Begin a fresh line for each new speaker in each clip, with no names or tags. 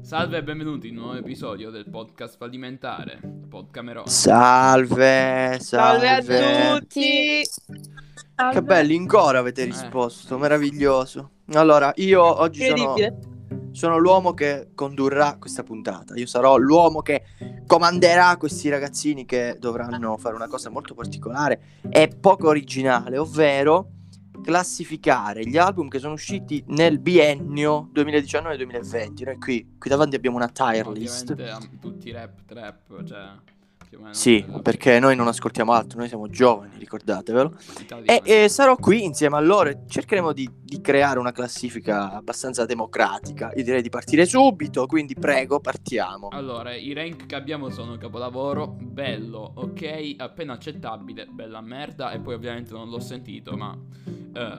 Salve e benvenuti in un nuovo episodio del podcast fallimentare, Podcamerone.
Salve, salve.
Salve a tutti!
Che bello, in coro avete risposto, meraviglioso. Allora, io oggi sono,
Incredibile.
sono l'uomo che condurrà questa puntata. Io sarò l'uomo che comanderà questi ragazzini che dovranno fare una cosa molto particolare e poco originale, ovvero classificare gli album che sono usciti nel biennio 2019-2020. Noi qui, qui davanti abbiamo una tier list.
Ovviamente am- tutti rap, trap, cioè... Più o meno
Sì,
della-
perché noi non ascoltiamo altro, noi siamo giovani, ricordatevelo.
Italiana.
E, e sarò qui insieme a loro e cercheremo di, di creare una classifica abbastanza democratica. Io direi di partire subito, quindi prego, partiamo.
Allora, i rank che abbiamo sono capolavoro, bello, ok, appena accettabile, bella merda e poi ovviamente non l'ho sentito, ma... eh,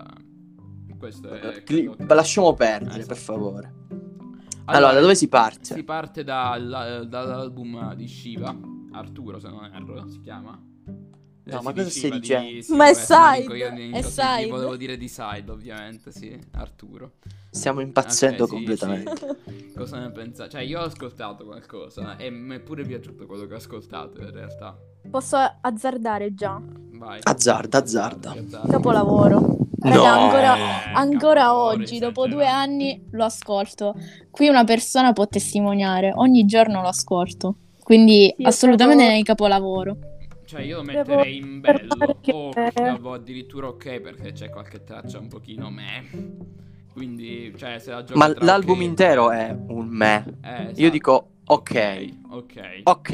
questo è...
Eh,
quello
cli-
che-
Lasciamo perdere,
Eh, sì.
per favore. Allora, da dove si parte?
Si parte dalla- dall'album di Shiva, Arturo se non erro si chiama. Eh,
No,
si
ma
dice
cosa stai
Shiva
dicendo?
di- sì,
Ma è
vabbè, sono
Side,
un coglione,
è
così,
Side.
gli Volevo dire di Side, ovviamente, sì, Arturo.
Stiamo impazzendo
Ok, sì,
completamente.
sì. Cosa ne pensate? Cioè, io ho ascoltato qualcosa e mi è pure piaciuto quello che ho ascoltato, in realtà.
Posso azzardare già.
Vai.
Azzarda, azzarda.
Azzarda.
Capolavoro. Raga,
No.
ancora,
Eh,
ancora
capolavoro,
oggi, dopo due
esagerato.
anni, lo ascolto. Qui una persona può testimoniare, ogni giorno lo ascolto. Quindi
Sì,
assolutamente
proprio-
è concapolavoro.
Cioè, io lo
Devo
metterei in bello.
perché-
O consideravo addirittura ok perché c'è qualche traccia un pochino meh. Quindi, cioè, se la gioco
Ma
tra
l'album
ok-
intero è un me.
Eh,
Io
esatto.
dico ok,
Ok.
ok,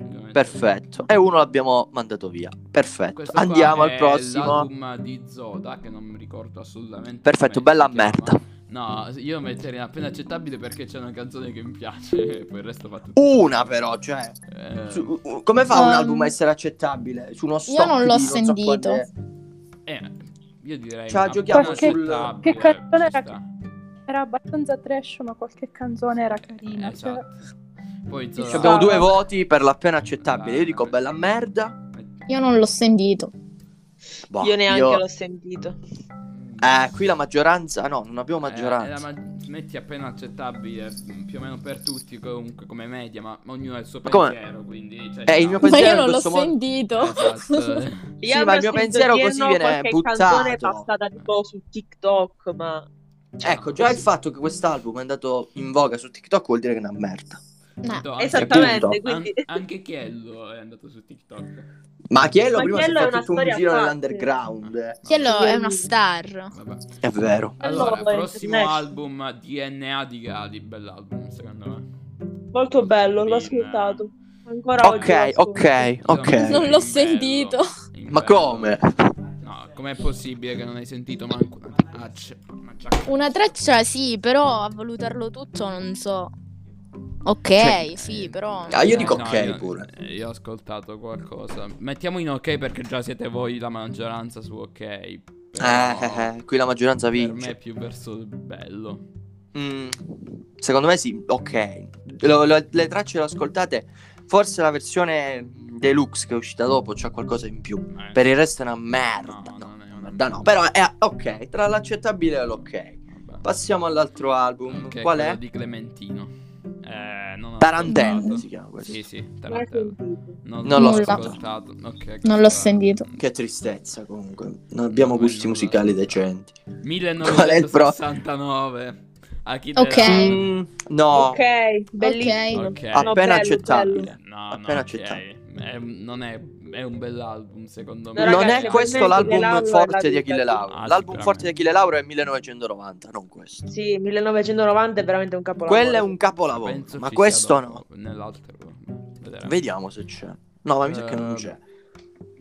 ovviamente.
perfetto. E uno l'abbiamo mandato via. Perfetto.
Questo qua
Andiamo
è
al prossimo.
L'album di Zoda che non mi ricordo assolutamente.
Perfetto,
come
bella
si chiama.
merda.
No, io lo metterei in appena accettabile perché c'è una canzone che mi piace e poi il resto fa tutto.
Una però, cioè.
Eh,
Su- u- come fa un
Um,
album a essere accettabile? Su uno stock
Io non l'ho
di so
sentito.
quante-
eh, io direi
Ce la
una
giochiamo
appena
sul-
accettabile,
che canzone
ci
era-
sta.
Era abbastanza trash, ma qualche canzone era carina. cioè,
Eh, Esatto. Poi
Ci
Zoda-
Abbiamo
Brava.
due voti per l'appena accettabile. Io
Brava,
dico
brava.
bella merda.
Io non l'ho sentito.
Boh,
Io neanche
io-
l'ho sentito.
Eh, qui la maggioranza. No, non abbiamo
Eh, la
maggioranza.
ma- metti appena accettabile mh, più o meno per tutti comunque come media ma ognuno ha il suo
Ma come?
pensiero quindi cioè,
Eh, il
no.
mio
Ma
pensiero
io
in
non l'ho
questo modo-
sentito.
Esatto.
Sì, ma il mio pensiero così viene
canzone
buttato.
passata tipo su TikTok, ma
Ecco, già il fatto che quest'album è andato in voga su TikTok vuol dire che è una merda.
No.
Do-
esattamente,
appunto.
quindi
An- anche Chiello è andato su TikTok
Ma Chiello
Ma
prima si è
Chiello è
fatto
una
tutto un
storia a
giro
parte.
nell'underground. eh.
Chiello è una star.
Ah. Vabbè.
È vero.
allora
Allora,
prossimo
Flash.
album DNA di Gali bell'album secondo me
molto bello, l'ho
Sì, ma-
ascoltato. Ancora oggi
Ok,
lo ascolto.
ok, ok.
Non l'ho
In bello,
sentito.
in
Ma
bello.
come?
no com'è possibile che non hai sentito manco una traccia Mannaggia.
Una traccia sì, però a valutarlo tutto non so. Ok,
Cioè,
sì,
Eh,
però...
Ah, io dico
no,
ok
io-
pure.
eh, Io ho ascoltato qualcosa. Mettiamo in ok perché già siete voi la maggioranza su ok. però
Eh, eh, eh, qui la maggioranza
per me è
vince.
più verso il bello.
Mm, secondo me sì, ok. Lo- lo- le tracce le ascoltate. Forse la versione deluxe che è uscita dopo c'ha qualcosa in più.
Eh,
Per il resto è una merda.
No,
No,
non è una
merda
merda.
no. Però è ok, tra l'accettabile e l'ok.
vabbè.
Passiamo all'altro album.
Che
Qual
quello
è?
di Clementino. Eh, non ho
Tarantella
ascoltato.
si chiama questo.
Sì, sì,
Non l'ho
Tarantella.
sentito.
Non l'ho
ascoltato. Ok,
Non l'ho sentito.
Che tristezza comunque. Non abbiamo
No,
gusti
non lo
musicali
so.
decenti. Qual è il pro-
1969. A chi
Ok.
darà?
Mm, no,
Eh. Ok, bellissimo.
Ok.
appena
bello,
accettabile.
No,
Appena
no,
accettabile.
ok. È un- non è, è un bell'album secondo me.
No,
non
ragazzi,
è
per
questo
me
l'album
Achille Lauro è la
forte di
vita.
Achille Lauro.
Ah,
l'album
sicuramente.
forte di Achille Lauro è 1990, non questo.
Sì, 1990 è veramente un capolavoro.
Quello è un capolavoro,
Penso
ma
ci
questo
sia
no.
dopo, Nell'altro. Vedremo.
Vediamo se c'è. No, ma mi sa che non
Eh,
c'è.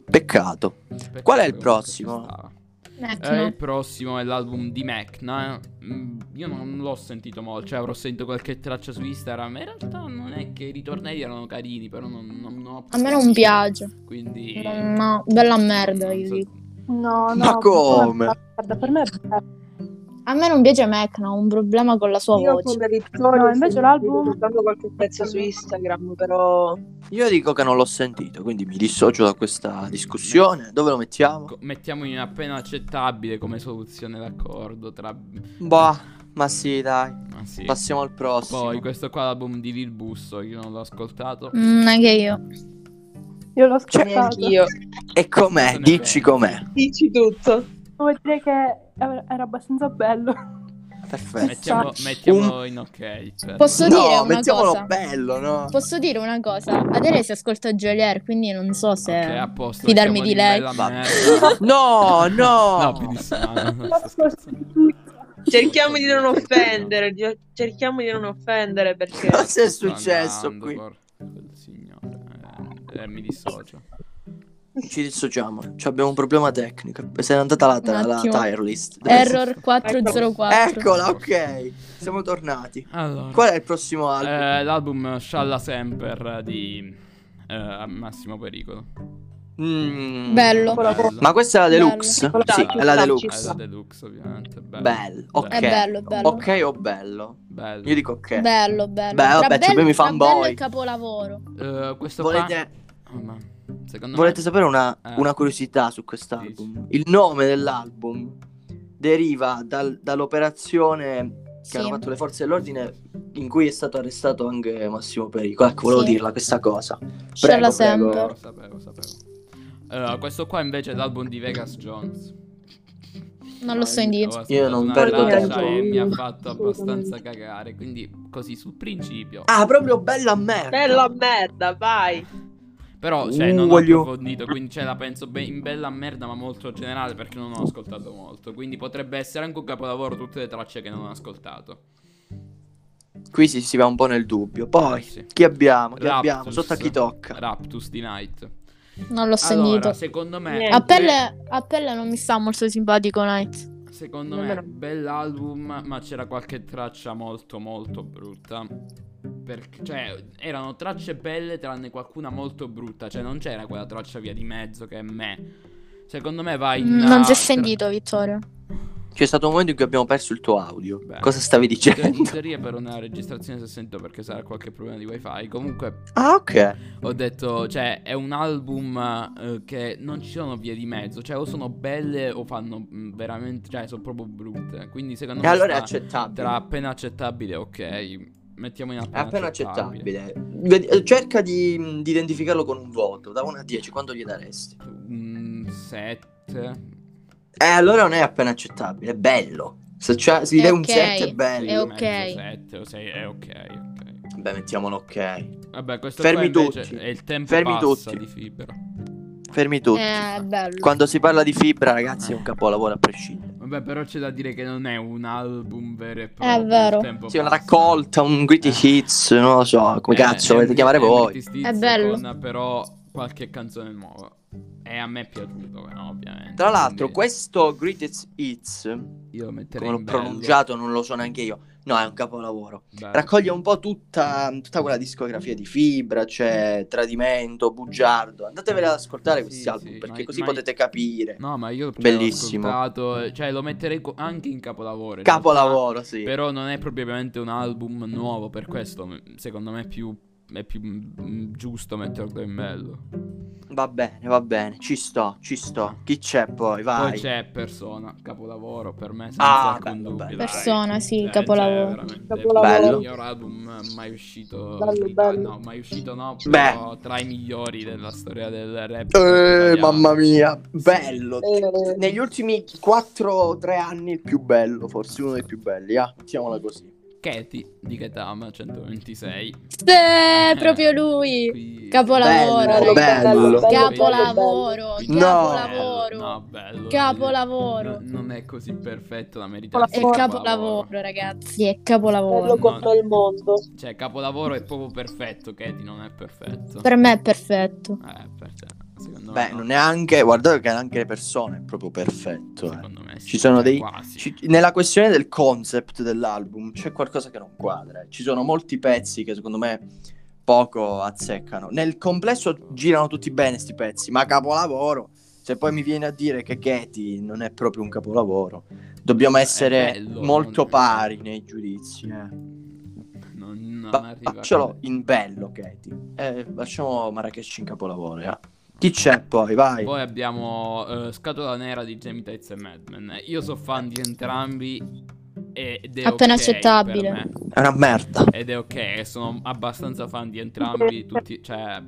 Peccato.
Peccato
Qual è il
che comunque
prossimo?
ci stava.
Ecco,
Eh, il prossimo è l'album di Mecna. Mm, Io non l'ho sentito molto, cioè avrò sentito qualche traccia su Instagram. In realtà non è che i ritornelli erano carini, però non, non, non ho
A me non piace.
Quindi...
No, no, bella merda,
non
io
so-
dico.
No, no.
Ma come?
Guarda, per me è bello.
A me non piace Mecna, ho un problema con la sua
Io
voce.
come Vittorio
No, invece
sto
l'album-
guardando qualche pezzo su Instagram, però
Io dico che non l'ho sentito, quindi mi dissocio da questa discussione. Dove lo
Ecco.
mettiamo?
co- Mettiamo in appena accettabile come soluzione d'accordo tra...
Boh, Ma sì, dai,
Ma sì.
passiamo al prossimo.
Poi questo qua è l'album di Lil Busso, io non l'ho ascoltato.
Mm, anche io.
Io l'ho
Cioè,
ascoltato.
Anch'io.
E com'è? Dici com'è.
Dici tutto.
Devo dire che era abbastanza bello.
Perfetto.
Mettiamo, mettiamolo in ok. per-
Posso
no,
dire una
mettiamolo
cosa?
bello, no?
Posso dire una cosa? Adele si ascolta Jolier, quindi non so se...
Ok,
ah.
a posto,
fidarmi
siamo
di lei.
bella
Va-
merda.
No, Oh, no.
No, più di sana.
L'ascolto di tutti.
Cerchiamo di non offendere, di- cerchiamo di non offendere perché...
Cosa è successo qui?
Quel signore. Eh, eh, mi dissocio.
Ci dissociamo. Ci abbiamo un problema tecnico. Se n'è andata la, la,
Un
la
attimo.
tire list. Dove
Error 404.
Eccola, ok. Siamo tornati.
Allora.
Qual è il prossimo album?
Eh, l'album Scialla Semper di eh, Massimo Pericolo.
Mm.
Bello.
Bello.
Ma questa è la
Bello.
deluxe?
Bello.
Sì, è la
Bello.
Eh,
deluxe.
la deluxe, ovviamente. Bello.
Bello. Ok.
È bello, è bello.
Ok o bello?
Bello.
Io dico ok.
Bello, bello.
Beh, vabbè,
Tra
ci abbiamo i
tra
fanboy.
bello e capolavoro.
Eh, questo
Volete,
qua... Oh, ma... Secondo
volete
me...
sapere una,
Eh.
una curiosità su quest'album? Il nome dell'album deriva dal- dall'operazione che
Sì.
hanno fatto le forze dell'ordine in cui è stato arrestato anche Massimo Perico. Ecco, volevo
Sì.
dirla questa cosa.
Scialla
prego.
Lo
sempre.
sapevo, lo sapevo. Eh, questo qua invece è l'album di Vegas Jones.
Non lo so in
Io
dito.
Io non perdo
e
tempo.
mi ha fatto abbastanza cagare, quindi così sul principio.
Ah, proprio bella merda.
Bella merda, vai.
Però, cioè, non ho
Voglio-
approfondito, quindi ce la penso be- in bella merda, ma molto generale perché non ho ascoltato molto. Quindi potrebbe essere anche un capolavoro tutte le tracce che non ho ascoltato.
Qui si, si va un po' nel dubbio. Poi,
Eh sì.
chi abbiamo? Chi
Raptus.
abbiamo? Sotto a chi tocca?
Raptus di Night.
Non l'ho sentito.
Allora, secondo me...
Niente.
A pelle, a pelle non mi sta molto simpatico Night.
Secondo
Nemmeno.
me bell'album, ma c'era qualche traccia molto molto brutta. Perché, cioè, erano tracce belle tranne qualcuna molto brutta, cioè non c'era quella traccia via di mezzo che è me. Secondo me vai in
Mm, Non si è
ah,
sentito, Vittorio.
C'è stato un momento in cui abbiamo perso il tuo audio.
Beh.
Cosa stavi
tra- in te- In
dicendo?
teoria per una registrazione si è sentito perché sarà qualche problema di wifi. Comunque
Ah, ok.
ho detto, cioè, è un album eh, che non ci sono vie di mezzo, cioè o sono belle o fanno mm, veramente, cioè sono proprio brutte. Quindi secondo
E
me
allora è
sta-
accettabile.
Tra appena accettabile, ok. Mettiamo in
È
appena,
appena accettabile. Vedi- eh, Cerca di, di identificarlo con un voto. Da 1 a 10, quanto gli daresti?
Un 7.
Eh, allora non è appena accettabile. È bello. Se c'è, si
È
dai un
ok,
7 è bello.
è ok.
7 o 6 è ok, ok.
Beh, mettiamolo ok.
Vabbè, questo
Fermi
qua invece
tutti.
è il tempo
Fermi
passa
tutti.
di fibra.
Fermi tutti.
Eh, bello.
Quando si parla di fibra, ragazzi, è un capolavoro a prescindere.
Vabbè, però c'è da dire che non è un album vero e proprio. il
vero.
tempo
Sì, una
passa.
raccolta, un gritty hits, non lo so, come
Eh,
cazzo
è
volete
un-
chiamare
è un
voi.
British Teens
È bello.
Con però qualche canzone nuova. E a me è piaciuto, eh, no, ovviamente.
Tra l'altro,
quindi
questo Greatest Hits, come
io lo metterei
l'ho
in bello.
pronunciato, non lo so neanche io. No, è un capolavoro.
Bello.
Raccoglie un po' tutta, tutta quella discografia di fibra, cioè Tradimento, Bugiardo. Andatevele ad ascoltare
Sì,
questi
sì,
album perché
ma-
così
ma-
potete capire.
No, ma io ce l'ho
Bellissimo.
ascoltato, cioè lo metterei co- anche in capolavoro. in
Capolavoro, sì.
realtà, però non è propriamente un album nuovo, per questo m- secondo me è più, è più mm, giusto metterlo in bello.
Va bene, va bene. Ci sto, ci sto. Chi c'è poi? Vai.
Ah. Poi c'è Persona, capolavoro per me, senza
Ah,
alcun
bello,
dubbio.
bello.
dai.
Persona, sì,
Eh, cioè,
capolavoro.
veramente
Capolavoro.
il miglior album mai uscito
Bello,
in Italia.
bello.
No, mai uscito no,
Beh.
però tra i migliori della storia del rap.
Eh,
italiano.
mamma mia, bello.
Eh.
Negli ultimi 4-3 anni il più bello, forse uno dei più belli, ah, mettiamola così.
Katie di Ketama 126.
Sì, proprio lui.
Qui-
Capolavoro,
Bello,
raga.
bello.
Capolavoro,
Quindi-
No.
capolavoro.
No, bello.
Capolavoro.
Non, non è così perfetto da meritare.
È capolavoro, ragazzi, è
Bello
capolavoro.
come il mondo.
Cioè, capolavoro è proprio perfetto, Katie non è perfetto.
Per me è perfetto.
Eh, per te, secondo me.
Beh, non è anche, guardate che anche le persone è proprio perfetto. eh.
Secondo me sì,
Ci sono
cioè,
dei-
quasi.
Ci- nella questione del concept dell'album c'è qualcosa che non quadra. eh. Ci sono molti pezzi che secondo me poco azzeccano. Nel complesso girano tutti bene sti pezzi, ma capolavoro. Se poi mi viene a dire che Getty non è proprio un capolavoro, dobbiamo
È
essere
bello,
molto
non-
pari nei giudizi. eh.
Cioè, Non, non
Fa-
arriva.
Facciolo in bello, Getty. Eh, lasciamo Marrakesh in capolavoro. eh. Chi c'è poi? Vai.
Poi abbiamo eh, Scatola Nera di Jamie Tights e Madman. Io sono fan di entrambi. e- ed è
Appena
ok per
accettabile.
me.
È una merda.
Ed è ok, sono abbastanza fan di entrambi, tutti, cioè...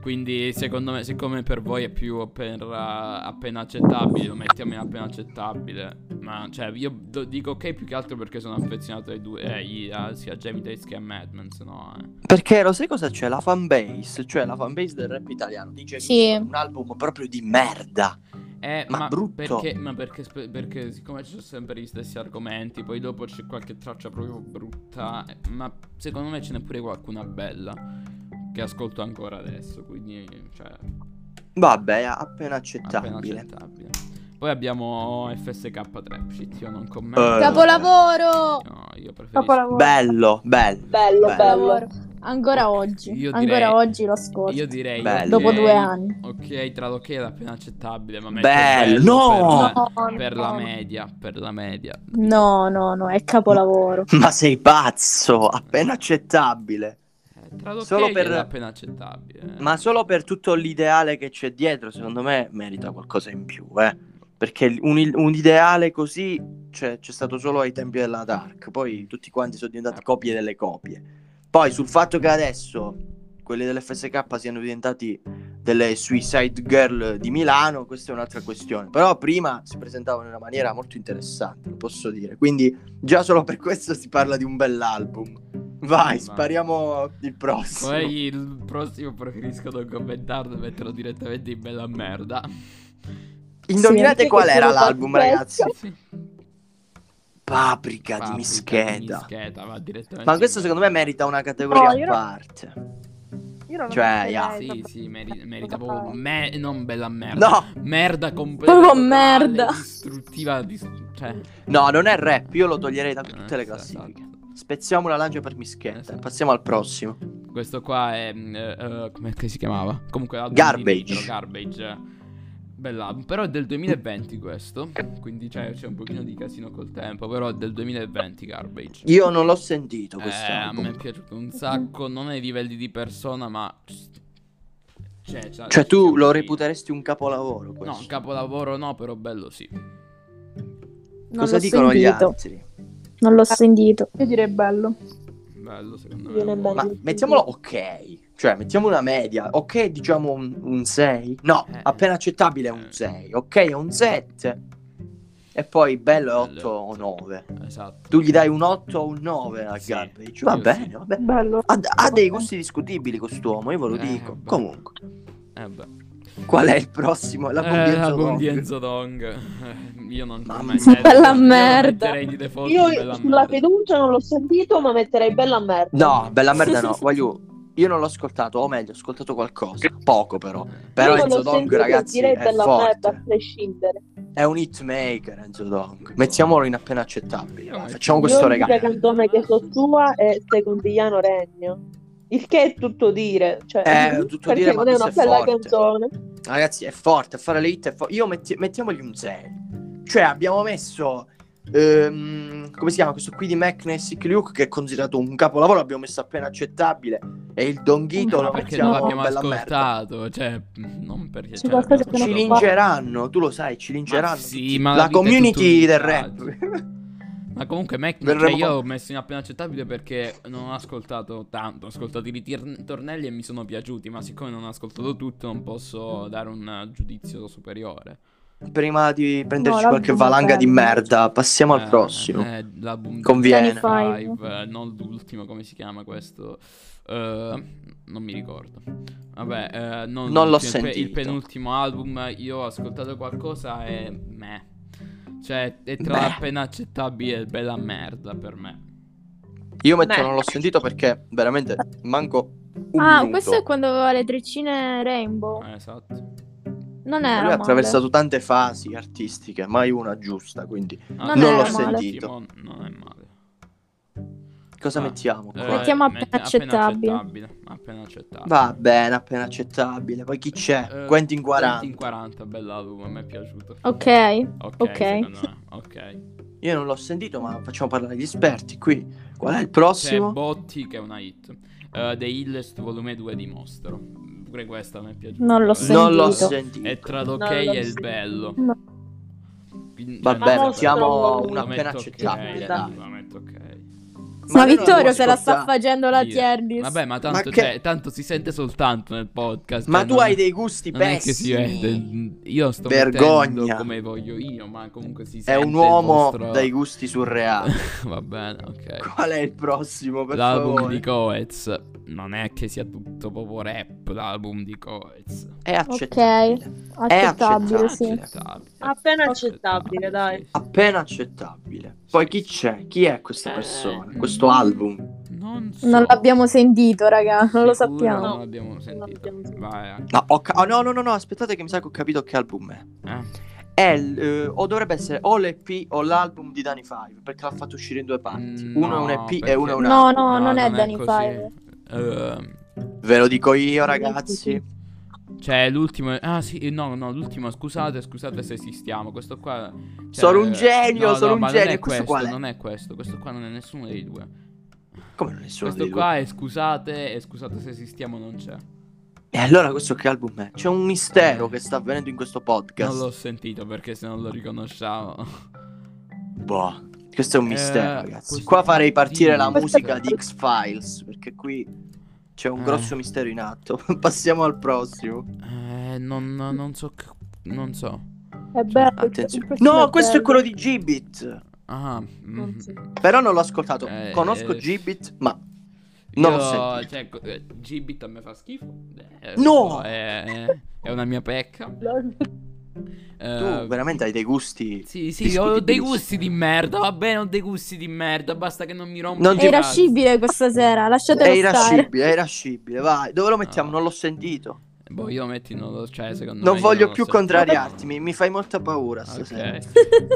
Quindi secondo me, siccome per voi è più per eh, appena accettabile, lo mettiamo in appena accettabile. Ma cioè, io do- dico ok più che altro perché sono affezionato ai due, eh, i- a- sia a Jamie Days che a Madman, se no... eh.
Perché lo sai cosa c'è? La fanbase, cioè la fanbase del rap italiano, dice
Sì.
che è un album proprio di merda.
Eh,
Ma
ma,
brutto.
Perché, ma perché, sp- perché siccome ci sono sempre gli stessi argomenti, poi dopo c'è qualche traccia proprio brutta, eh, ma secondo me ce n'è pure qualcuna bella che ascolto ancora adesso, quindi cioè,
Vabbè, è appena
appena
accettabile.
accettabile. Poi abbiamo FSK Trapshit, io non commento.
Eh.
Capolavoro!
No, io preferisco...
Capolavoro.
Bello, bello.
Bello,
Bello.
Capolavoro. Ancora oggi.
Io direi-
Ancora oggi lo ascolto.
Io direi...
Bello.
Dopo
ok,
due anni.
Ok, tra l'ok ed appena accettabile, ma metto
Bello,
Per, la,
no!
No,
per la
no.
media, per la media.
No, no, no, è capolavoro.
Ma sei pazzo, appena accettabile.
Eh, Tra l'ok
Solo
ed
per-
appena accettabile. eh.
Ma solo per tutto l'ideale che c'è dietro, secondo me merita qualcosa in più, eh. Perché l- un, un ideale così cioè, c'è stato solo ai tempi della Dark, poi tutti quanti sono diventati
Ah.
copie delle copie. Poi sul fatto che adesso quelli dell'FSK siano diventati delle Suicide Girl di Milano, questa è un'altra questione. Però prima si presentavano in una maniera molto interessante, lo posso dire. Quindi già solo per questo si parla di un bell'album. Vai,
Ma-
spariamo il prossimo.
Poi il prossimo preferisco non commentarlo, metterlo direttamente in bella merda.
Indovinate
Sì,
qual
anche
era
quello
l'album,
pazzesco.
ragazzi?
Sì.
Paprika,
Paprika
di Mischeta.
Mischeta, va direttamente
Ma questo
in
secondo me
bella-
merita una categoria
No,
a
io non-
parte.
Io non
Cioè,
ho
yeah.
Ah, Sì,
idea.
sì, meri- merita proprio me- non bella merda.
No,
Merda completa.
Proprio
totale,
merda.
Distruttiva, dis- cioè,
no, non è rap, io lo toglierei da
eh,
tutte le
sì,
classifiche.
esatto.
Spezziamo la lancia per
Esatto.
Mischetta. Passiamo al prossimo.
Questo qua è. mm, eh, eh, come che si chiamava? Comunque l'album
Garbage.
di Nitro, Garbage. Bella, però è del 2020 questo. Quindi c'è, c'è un pochino di casino col tempo. Però è del 2020 Garbage.
Io non l'ho sentito questo.
Eh, a me è
album.
piaciuto un sacco. Non ai livelli di persona, ma. Cioè, c'ha-
Cioè, tu lo
sì.
reputeresti un capolavoro questo?
No, un capolavoro no, però bello sì.
Non
Cosa
l'ho
dicono gli
sentito.
altri?
Non l'ho sentito.
Io direi bello.
Bello secondo me.
Viene bello.
Ma mettiamolo ok. Cioè, mettiamo una media. Ok, diciamo un, 6. No,
Eh.
appena accettabile è un
Eh.
6. Ok, è un 7. E poi bello è 8
Bello.
o 9.
Esatto.
Tu gli dai un 8 o un 9 a
Sì,
Garbage. Va
io
bene,
sì.
va bene.
Bello.
Ha, ha dei gusti discutibili quest'uomo, io ve lo
Eh,
dico.
beh.
Comunque,
Eh beh.
qual è il prossimo? La
Eh,
Bondienzo
la
Rock.
Bondienzo Dong. Eh, Io non
Mamma
mai-
mia.
Bella
io
merda.
metterei di default
Io
bella
sulla
merda.
fiducia non l'ho sentito, ma metterei bella merda.
No, bella merda no, voglio... Io non l'ho ascoltato, o meglio, ho ascoltato qualcosa, poco però.
Eh.
Però
Io non
Enzo
l'ho
Dong,
sentito,
ragazzi,
direi
è
bella merda a
forte.
prescindere.
È un hitmaker Enzo Dong. Mettiamolo in appena accettabile.
Io
va,
metto-
Facciamo questo
L'unica
regalo.
canzone che so sua è Secondigliano Regno. Il che è tutto dire, cioè,
Eh, tutto
perché
dire, ma
non è una
questa è
bella
forte.
canzone.
Ragazzi, è forte, a fare le hit è forte. Io metti- mettiamogli un 6. Cioè, abbiamo messo... ehm, come si chiama questo qui di Mac Nancy Luke che è considerato un capolavoro l'abbiamo messo appena accettabile e il Donghito
Ma
lo
perché
mettiamo
non
in
l'abbiamo
bella merda
ascoltato, cioè, non perché
Sì,
cioè,
qualcosa che
l'abbiamo
ci
non
ascoltato poco.
lingeranno tu lo sai ci lingeranno
Ma sì,
tutti-
ma la
la
vita è
community
tutto
del
un
rap
Ma comunque Mac,
Verremo
cioè, io
con-
ho messo in appena accettabile perché non ho ascoltato tanto, ho ascoltato i ritornelli e mi sono piaciuti, ma siccome non ho ascoltato tutto non posso dare un eh, giudizio superiore.
prima di prenderci
No,
qualche
l'album è
valanga di
bello.
merda passiamo al
Eh,
prossimo
eh, l'album di
Conviene.
25, eh, non l'ultimo, come si chiama questo? Eh, non mi ricordo. Vabbè, eh, non,
Non
l'ultimo,
l'ho
il pe- Il
sentito.
penultimo album, io ho ascoltato qualcosa e meh. Cioè, è tra
Beh.
l'appena accettabile e bella merda per me.
io metto
Beh.
non l'ho sentito perché veramente manco un
Ah,
minuto.
questo è quando aveva le treccine rainbow.
Eh, Esatto.
Non
lui
era
ha
male.
attraversato tante fasi artistiche mai una giusta quindi
Ah,
Non l'ho
l'ultimo
sentito.
Non è male.
cosa
Ah,
mettiamo
Eh,
qua?
Mettiamo appena
mette-
accettabile.
accettabile, Appena accettabile.
va bene appena accettabile poi chi c'è?
Eh,
Quentin 40
Quentin 40, bell'album, a me è piaciuto.
Ok.
Ok,
Ok.
secondo me, ok.
io non l'ho sentito ma facciamo parlare gli esperti qui qual è il
C'è
prossimo?
Botti che è una hit. Eh, The Illest volume 2 di Mostro. Pure questa mi è piaciuta.
Non l'ho
Eh,
sentito.
non l'ho
È
sentito
tra l'ok
Non l'ho
e il
sentito.
bello.
No.
Quindi-
Va
cioè,
bene,
non so,
siamo
lo
un appena
metto
accettabile,
ok,
dai.
lo metto ok.
Ma,
io non
Vittorio
devo
se la sta
ascoltare.
facendo la
Io.
Tiernis.
Vabbè, ma tanto,
Ma che-
cioè, tanto si sente soltanto nel podcast.
Ma
cioè,
tu
non-
hai dei gusti
Non è che si
pessimi.
vede. Io sto
Vergogna.
mettendo come voglio io, ma comunque si
È
sente.
un uomo
il vostro-
dai gusti surreali.
Va bene, ok.
Qual è il prossimo, per
L'album
favore?
di Coez non è che sia tutto proprio rap. L'album di Coez
È accettabile.
accettabile, sì.
Accettabile.
Appena accettabile, dai.
sì, sì.
Appena accettabile. Poi chi c'è? Chi è questa
Eh,
persona?
mm.
Questo album?
Non, so.
Non l'abbiamo sentito, raga, non
Sicuro
lo sappiamo.
Non l'abbiamo sentito.
l'abbiamo sentito.
Vai, anche-
No, ho ca- oh, no, no, no, no, aspettate che mi sa che ho capito che album è.
eh.
È l- eh, o dovrebbe essere o l'EP o l'album di Danny Five, perché l'ha fatto uscire in due parti.
Mm,
Uno
no,
è un EP
perché-
e uno è un
No,
album.
no, non è Danny
così.
Five.
Ehm,
Ve lo dico io, ragazzi.
Cioè, l'ultimo. Ah, sì, no, no, l'ultimo. Scusate, scusate se esistiamo. Questo qua. cioè,
Sono un genio,
no,
sono
no,
un
ma
genio.
Non è
Questo qual è?
Non è questo. Questo qua non è nessuno dei due.
Come nessuno
questo
dei due?
qua è scusate. E scusate se esistiamo, non c'è.
E allora questo che album è? C'è un mistero che sta avvenendo in questo podcast.
Non l'ho sentito perché se non lo riconosciamo.
Boh, questo è un mistero,
Eh,
ragazzi.
questo-
Qua farei partire la
Dimmi.
musica di X-Files, perché qui c'è un
Eh.
grosso mistero in atto. Passiamo al prossimo.
Eh, non, non so. che- Non so.
È bello.
Attenzione.
il prossimo
No, questo è
bello.
quello di Gibbit.
Ah, mm.
Però non l'ho ascoltato.
Eh,
Conosco
eh.
Gibbit, ma non
Io,
l'ho sentito.
Cioè, co- eh, Gibbit a me fa schifo. Eh,
No!
È, è- è una mia pecca.
Tu
Eh,
veramente hai dei gusti.
Sì, sì, ho dei
discutibilissimi.
gusti di merda, va bene, ho dei gusti di merda, basta che non mi rompi
Non
il
È
ti-
cazzo.
irascibile questa sera,
È
lasciatelo stare.
irascibile, è irascibile, vai. Dove lo mettiamo?
No.
Non l'ho sentito.
Boh, io metti non lo cioè, secondo me
Non
io
voglio
lo
più
so.
contrariarti, mi, mi fai molta paura stasera.
Ok.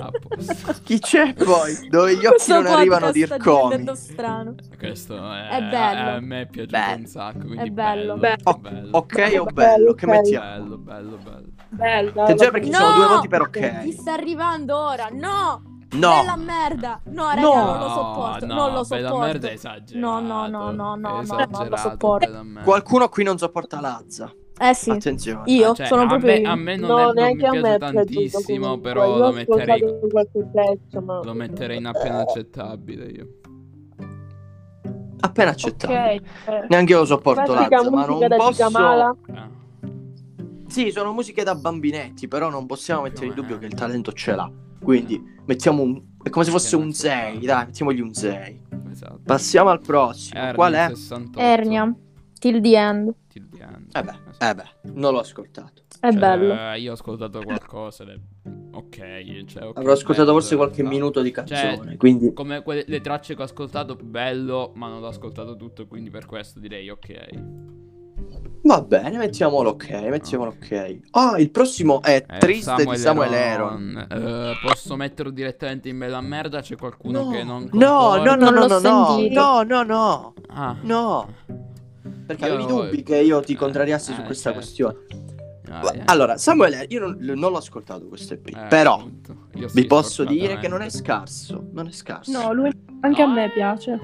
A posto.
Chi c'è poi? Dove gli occhi
Questo
non arrivano
podcast sta
dircomi.
diventando strano.
Questo è,
È bello.
A me è piaciuto
Bello.
un sacco, quindi
È bello.
bello.
Oh,
bello.
Ok o
Bello,
bello? Che
ok.
mettiamo?
Bello, bello, bello.
Bella.
Attenzione perché ci sono
No!
due voti per
Chi
ok.
sta arrivando ora? No! Bella
No,
merda! No, raga,
No!
non lo sopporto,
no,
non lo
bella
sopporto.
merda è esagerato.
No, no, no, no, no, no,
È
no,
esagerato,
lo sopporto.
bella merda.
qualcuno qui non sopporta Lazza.
Eh sì,
Attenzione.
io
Ah, cioè,
sono
a
proprio
me,
io.
a me non,
no,
è, non mi
neanche a
piace
me è piaciuto,
tantissimo,
comunque.
però
Io ho
lo metterei
ascoltato qualche pezzo, ma-
Lo metterei in appena accettabile io.
Appena
Ok.
accettato.
eh.
Neanche io lo sopporto
Classica
Lazza, ma non
musica da Gigamala.
posso.
Ah.
Sì, sono musiche da bambinetti, però non possiamo mettere in
Come-
dubbio che il talento ce l'ha. Quindi mettiamo un è come se fosse un
Grazie.
6, dai, mettiamogli un 6.
Esatto.
Passiamo al prossimo.
Ernia
Qual è?
68,
Ernia, till the end.
Tilbiano.
Eh beh, eh beh, non l'ho ascoltato.
È
Cioè,
bello.
Io ho ascoltato qualcosa. ed è- Ok, cioè, ok,
Avrò ascoltato
bello,
forse qualche
no.
minuto di
Cioè,
canzone, quindi
Come quelle, le tracce che ho ascoltato, bello, ma non l'ho ascoltato tutto, quindi per questo direi ok. Eh,
Va bene, mettiamolo ok, mettiamolo ok. Ah, il prossimo è
Eh,
Triste di Samuel Aaron.
Heron. Eh, posso metterlo direttamente in bella merda? C'è qualcuno che non
no, no,
concorda?
no,
Non
no, no,
l'ho
no,
sentito.
no, no, no,
Ah.
no. Perché
Io-
avevi dubbi che io ti
eh,
contrariassi su
eh,
questa
certo.
questione.
Ah,
Va-
eh.
Allora, Samuel Aaron, io non, non l'ho ascoltato questo EP,
Eh,
però
appunto. Io sì,
vi posso dire
fortunatamente.
che non è scarso, non è scarso.
No, lui anche a
No,
me
eh,
piace.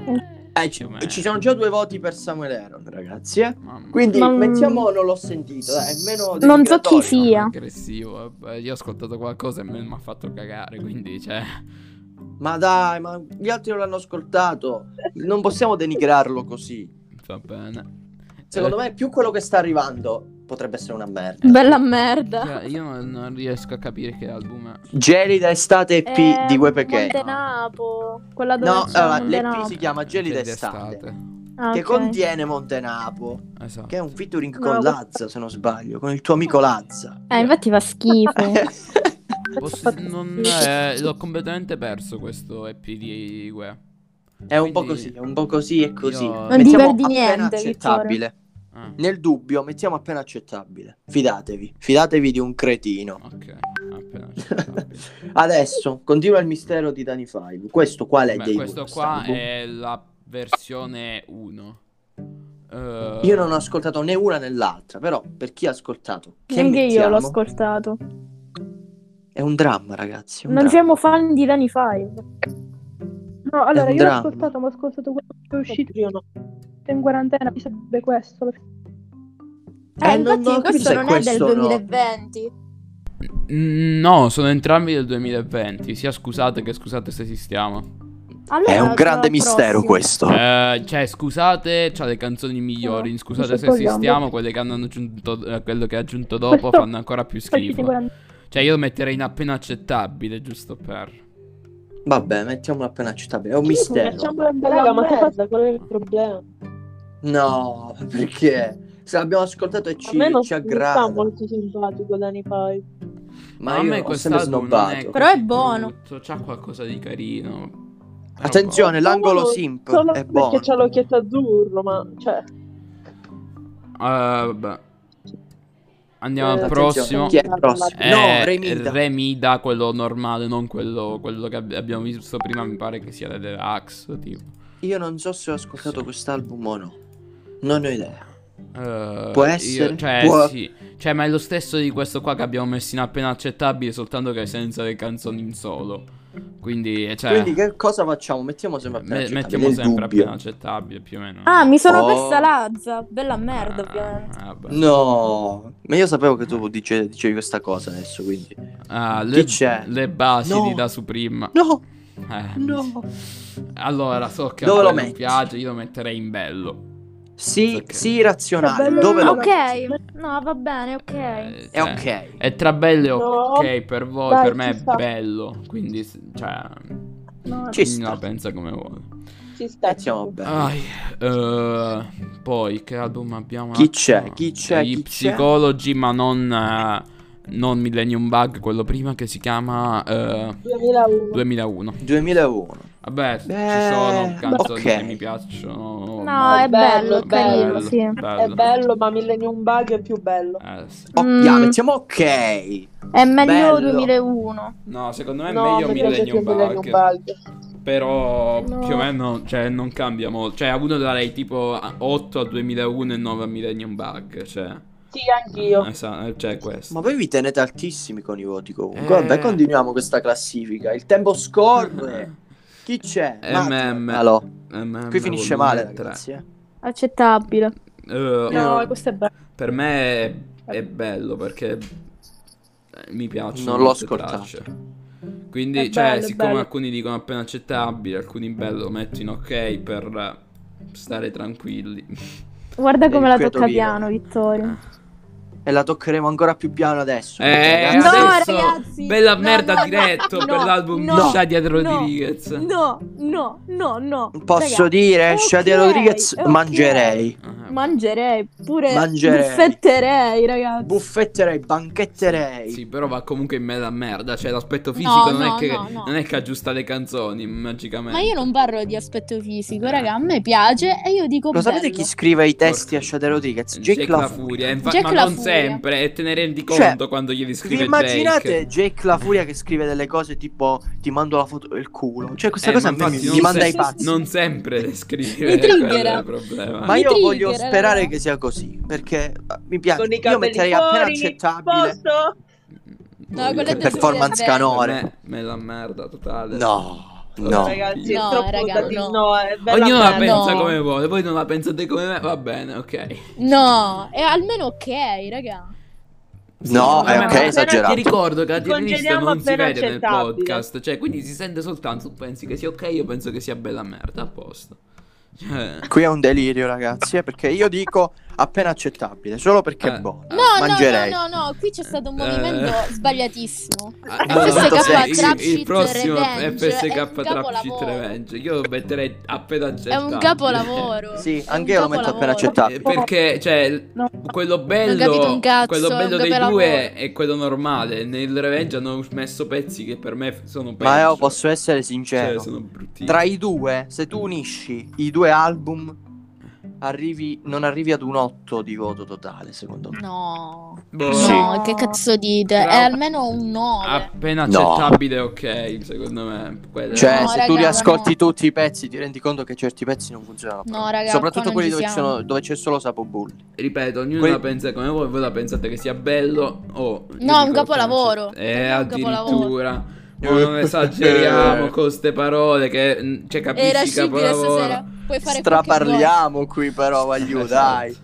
Eh, ci,
Com'è?
ci sono già due voti per Samuel Aaron, ragazzi, eh.
Mamma
Quindi
Ma-
mettiamo non l'ho sentito, dai, è meno
Non so chi
denigratorio.
mia,
sia.
aggressivo. Eh, Io ho ascoltato qualcosa e me- mi ha fatto cagare, quindi cioè
Ma dai, ma gli altri non l'hanno ascoltato. Non possiamo denigrarlo così.
va bene. Eh,
Secondo me, più quello che sta arrivando potrebbe essere una merda.
Bella merda.
Cioè, io non, non riesco a capire che album è.
Gelida estate EP
Eh,
di WPK.
Montenapo, quella dove
No,
c'è
allora, l'EP
Montenapo.
si chiama Gelida
Gelida
estate.
Estate.
Ah,
Che
ok.
contiene Montenapo,
Esatto.
che è un featuring
No,
con
questo-
Lazza, se non sbaglio, con il tuo amico Lazza.
Eh, infatti fa schifo.
Posso- non- eh, l'ho completamente perso questo EP di Gue.
È un po'
Quindi-
così, è un po' così e così.
Io-
Mettiamo
Non
diverti
appena
niente,
accettabile.
Ah,
Nel dubbio, mettiamo appena accettabile. Fidatevi, fidatevi di un cretino.
ok. Appena accettabile.
Adesso continua il mistero di Danny Five. Questo qual è
Beh,
dei
questo
gusti?
qua è eh, la versione 1. Eh,
Io non ho ascoltato né una né l'altra, però per chi ha ascoltato, che
Neanche io
mettiamo?
l'ho ascoltato.
È un dramma, ragazzi. è un
Non
dramma.
siamo fan di Danny Five.
No, allora,
un
io l'ho
dramma.
ascoltato, ma ho ascoltato quello che è uscito
Io no.
in quarantena. Mi sarebbe questo.
Eh,
Eh, non-
infatti
non ho capito
questo
se
non è
questo
del
o no.
2020.
Mm, No, sono entrambi del 2020. Sia scusate che scusate se esistiamo.
Allora,
È un
prossimo.
grande mistero questo.
Eh, cioè, scusate, c'ha le canzoni migliori.
No,
Scusate
non
se
ci vogliamo.
esistiamo. Quelle che hanno aggiunto, eh, quello che ha aggiunto dopo
Questo-
fanno ancora più
Poi ci
schifo.
dicono-
Cioè, io lo metterei in appena accettabile, giusto per.
Vabbè, mettiamolo appena accettabile. È un
Facciamo
mistero.
una bella ma merda, qual è il problema?
No, perché se l'abbiamo ascoltato e
A
ci,
me non
ci
mi
aggrada.
sta molto simpatico Dani Pai.
Ma
a
io
me
ho sempre
quest'album non
snobbato.
Però è
così
buono.
brutto, C'ha qualcosa di carino. Però
Attenzione,
Solo-
l'angolo simp
Solo
è buono.
perché c'ha l'occhietto azzurro, ma cioè...
boh. Eh, vabbè. Andiamo
Eh,
al
attenzione,
prossimo.
Chi è il prossimo?
Eh,
no, Remida.
Remida, quello normale, non quello, quello che ab- abbiamo visto prima. Mi pare che sia la Deluxe. Tipo.
Io non so se ho ascoltato
Sì.
quest'album o no. Non ho idea.
Eh,
Può essere?
cioè,
Può-
sì. Cioè, ma è lo stesso di questo qua che abbiamo messo in appena accettabile, soltanto che senza le canzoni in solo. Quindi, eh, cioè,
Quindi che cosa facciamo? Mettiamo sempre appena
me-
accettabile.
mettiamo
il
sempre
dubbio.
appena accettabile, più o meno.
Ah, mi sono
Oh.
persa l'azza. Bella merda,
Ah,
ovviamente.
vabbè.
No, ma io sapevo che tu dice- dicevi questa cosa adesso, quindi.
Ah, le,
Chi c'è?
le basi
No.
di Da Supreme.
No,
Eh.
no.
Allora, so che
Dove
a
lo
voi non
metti?
piace, io lo metterei in bello.
Sì,
Ok.
sì, razionale.
È bello,
Dove lo
no.
ok, no, va bene, ok.
Eh,
È
cioè,
ok.
È tra bello e
No.
ok per voi,
Dai,
per me
ci
è
sta.
bello. Quindi, s- cioè,
no,
Ci
ognuno la
sta.
pensa come vuole.
Ci sta.
Mettiamo bene.
Ai, eh, poi che album abbiamo?
Chi
Un
c'è?
attimo.
Chi c'è?
Gli
Chi c'è?
psicologi, ma non, eh, non Millennium Bug, quello prima che si chiama eh,
2001.
2001.
2001.
Vabbè,
Beh,
ci sono canzoni
ok.
che mi piacciono.
No, è bello, è
bello,
carino, sì.
È bello, ma Millennium Bug è più bello.
Eh, sì.
Oh,
Mm.
yeah, mettiamo ok.
È meglio
Bello.
2001.
No, secondo me è
no,
meglio
mi piace più
Millennium Bug.
Millennium Bug.
Però
No.
più o meno cioè, non cambia molto. Cioè, a uno darei tipo a- 8 a 2001 e 9 a Millennium Bug. Cioè,
Sì, anch'io.
Esa- eh, cioè questo.
Ma voi vi tenete altissimi con i voti comunque.
Eh.
Vabbè, continuiamo questa classifica. Il tempo
Eh.
scorre. Chi c'è?
MM.
Allora,
MM,
qui finisce
volume
male,
tre.
ragazzi. eh.
Accettabile.
Eh,
no, questo è bello.
Per me è, è bello perché eh, mi piacciono
Non l'ho
queste
ascoltato.
tracce. Quindi,
È
cioè,
bello, è
siccome
bello.
alcuni dicono appena accettabile, alcuni bello, metto in ok per eh, stare tranquilli.
Guarda
Il
come la tocca
quietolino.
piano, Vittorio.
E la toccheremo ancora più piano adesso.
Eh,
No,
ragazzi.
adesso,
ragazzi,
bella
no,
merda
no,
diretto
no,
per l'album
no,
di Shadia
no,
Rodriguez.
No, no, no, no.
Posso
Raga,
dire,
ok,
Shadia Rodriguez,
ok.
mangerei.
Eh,
Mangerei, pure
Mangerei.
buffetterei, ragazzi.
Buffetterei, banchetterei.
Sì, però va comunque in mezzo a merda. Cioè, l'aspetto fisico non,
no,
è che,
no, no.
non è che aggiusta le canzoni magicamente.
Ma io non parlo di aspetto fisico, raga, a me piace e io dico
Lo sapete
bello.
chi scrive i testi a
Porca-
Shadia Rodriguez?
Jake, la, Furia, infa-
Jake
ma
La
non
Furia.
sempre, e te ne rendi
Cioè,
conto quando glieli scrive
Vi immaginate Jake La Furia che scrive delle cose tipo ti mando la foto del culo? Cioè questa
Eh,
cosa
ma
mi,
infatti
mi
non
manda
se-
i pazzi.
Non sempre le scrive,
Mi triggera.
quello è il problema.
Ma
Mi
io
trigger,
voglio sperare
raga.
che sia così, perché eh, mi piace.
Con i
Io
capelli
metterei
fuori,
appena accettabile.
posto?
No,
Che
quella è del
performance canore.
Me, me la merda totale.
No,
No.
no.
Ragazzi,
No,
è troppo
raga,
da-
no.
è bella
Ognuno la
merda.
pensa
No.
come vuole, voi non la pensate come me, va bene, ok.
No, è almeno ok, raga.
No,
vabbè,
è
ma
ok,
appena-
esagerato.
Ti ricordo che la tiranista
Concediamo
non si
appena
vede nel
accettabile.
podcast, cioè quindi si sente soltanto, tu pensi che sia ok, io penso che sia bella merda, a posto. Cioè...
Qui è un delirio, ragazzi, eh, perché io dico appena accettabile, solo perché
Eh.
è buona.
No,
No,
Ah, Mangerei.
no, no, no, no, qui c'è stato un
Eh.
movimento sbagliatissimo.
Ah,
Allora,
FSK
molto
Trap
semplice.
Shit il prossimo
Revenge è
FSK
un
Trap Shit
capolavoro.
Revenge. Io lo metterei appena
È
accettabile.
un capolavoro.
Sì,
È un
anche io lo metto appena
capolavoro.
Eh,
accettabile.
Perché, cioè,
No.
quello
Non ho capito
bello,
un cazzo,
quello
è un
bello dei
capolavoro.
due è quello normale. Nel Revenge hanno messo pezzi che per me f- sono peggio.
Ma io posso essere
Cioè,
sincero.
sono bruttini.
Tra i due, se
Mm.
tu unisci i due album, arrivi, non arrivi ad un 8 di voto totale, secondo me.
No.
Boh,
Sì.
No, che cazzo dite?
Bravo.
È almeno un 9.
Appena
No.
accettabile, ok, secondo me. Quello-
Cioè,
Eh, No,
se
raga,
tu li
ma
ascolti
no.
tutti i pezzi, ti rendi conto che certi pezzi non funzionano. più.
No, raga,
Soprattutto
qua non
quelli
ci
dove, ci
siamo.
sono- dove c'è solo sapobulli.
Ripeto, ognuno
Quel-
la pensa come voi, voi la pensate che sia bello o...
No, è un capolavoro.
Eh,
È un
addirittura. Ma non esageriamo con ste parole che... mm, Cioè, capisci
Era scibile
capolavoro.
stasera. Puoi fare quel che
Straparliamo qui però, Vagliù,
Esatto.
dai.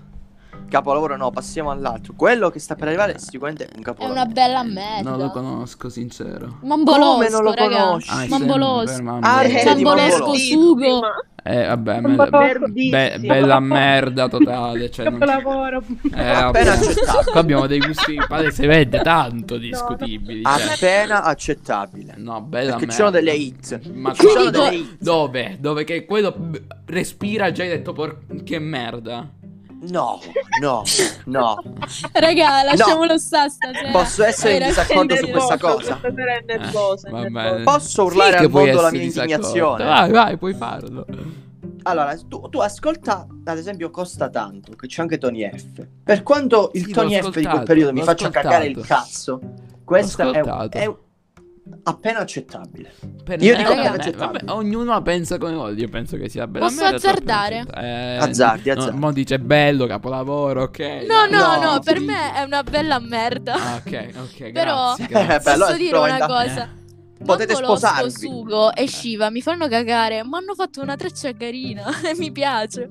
Capolavoro no, passiamo all'altro. Quello che sta per arrivare è sicuramente un
È
capolavoro.
una bella merda.
Non Eh, lo conosco, sincero.
Mambolosco,
Come non lo
raga.
conosci?
Ah, è
Mambolosco.
sempre,
Ah,
mamma. Cioè,
Eh,
Mambolesco
di
Mambolesco
Mambolosco.
sugo.
Eh, vabbè, me-
Mambolesco.
be- bella merda totale. Cioè, non...
Capolavoro.
Eh,
Appena
vabbè.
accettabile.
Qua abbiamo dei gusti palesemente tanto discutibili. cioè.
Appena accettabile.
No, bella
Perché
merda.
ci sono delle hit.
Ma
ci sono
quindi
delle hit.
Dove? Dove che quello b- respira già hai detto por- che merda.
No, no, no.
Raga, lasciamolo sta stasera.
Posso essere in
Era-
disaccordo su
Nervoso,
questa cosa?
Questa sera è
Eh,
nervosa. è
va
nervosa.
bene.
Posso
Sì
urlare
che
al
puoi
mondo la
essere
mia
disaccordo.
indignazione?
Vai, vai, puoi farlo.
Allora, tu, tu ascolta, ad esempio, Costa tanto, che c'è anche Tony F. Per quanto il
Sì, l'ho
Tony F di quel
ascoltato,
periodo mi
l'ho
faccia
ascoltato.
cagare il cazzo, questa è,
ascoltato.
è appena accettabile.
Per
Io
me-
dico
eh,
che è
vabbè,
accettabile.
vabbè, ognuno la pensa come vuole. Io penso che sia bella
Posso
merda, tu la pensi
azzardare?
accetta- Eh,
Azzardi,
no,
azzardi.
Mo dice bello, capolavoro, ok.
No, no,
No,
no, per
sì.
me è una bella merda.
Ah, ok, ok,
Però-
grazie.
Eh,
grazie. Eh,
beh, allora
Posso
si
dire
trova
una
in da-
cosa?
Eh. Potete
Mambolosco,
sposarvi.
Sugo e Shiva mi fanno cagare, ma hanno fatto una traccia carina e mi piace.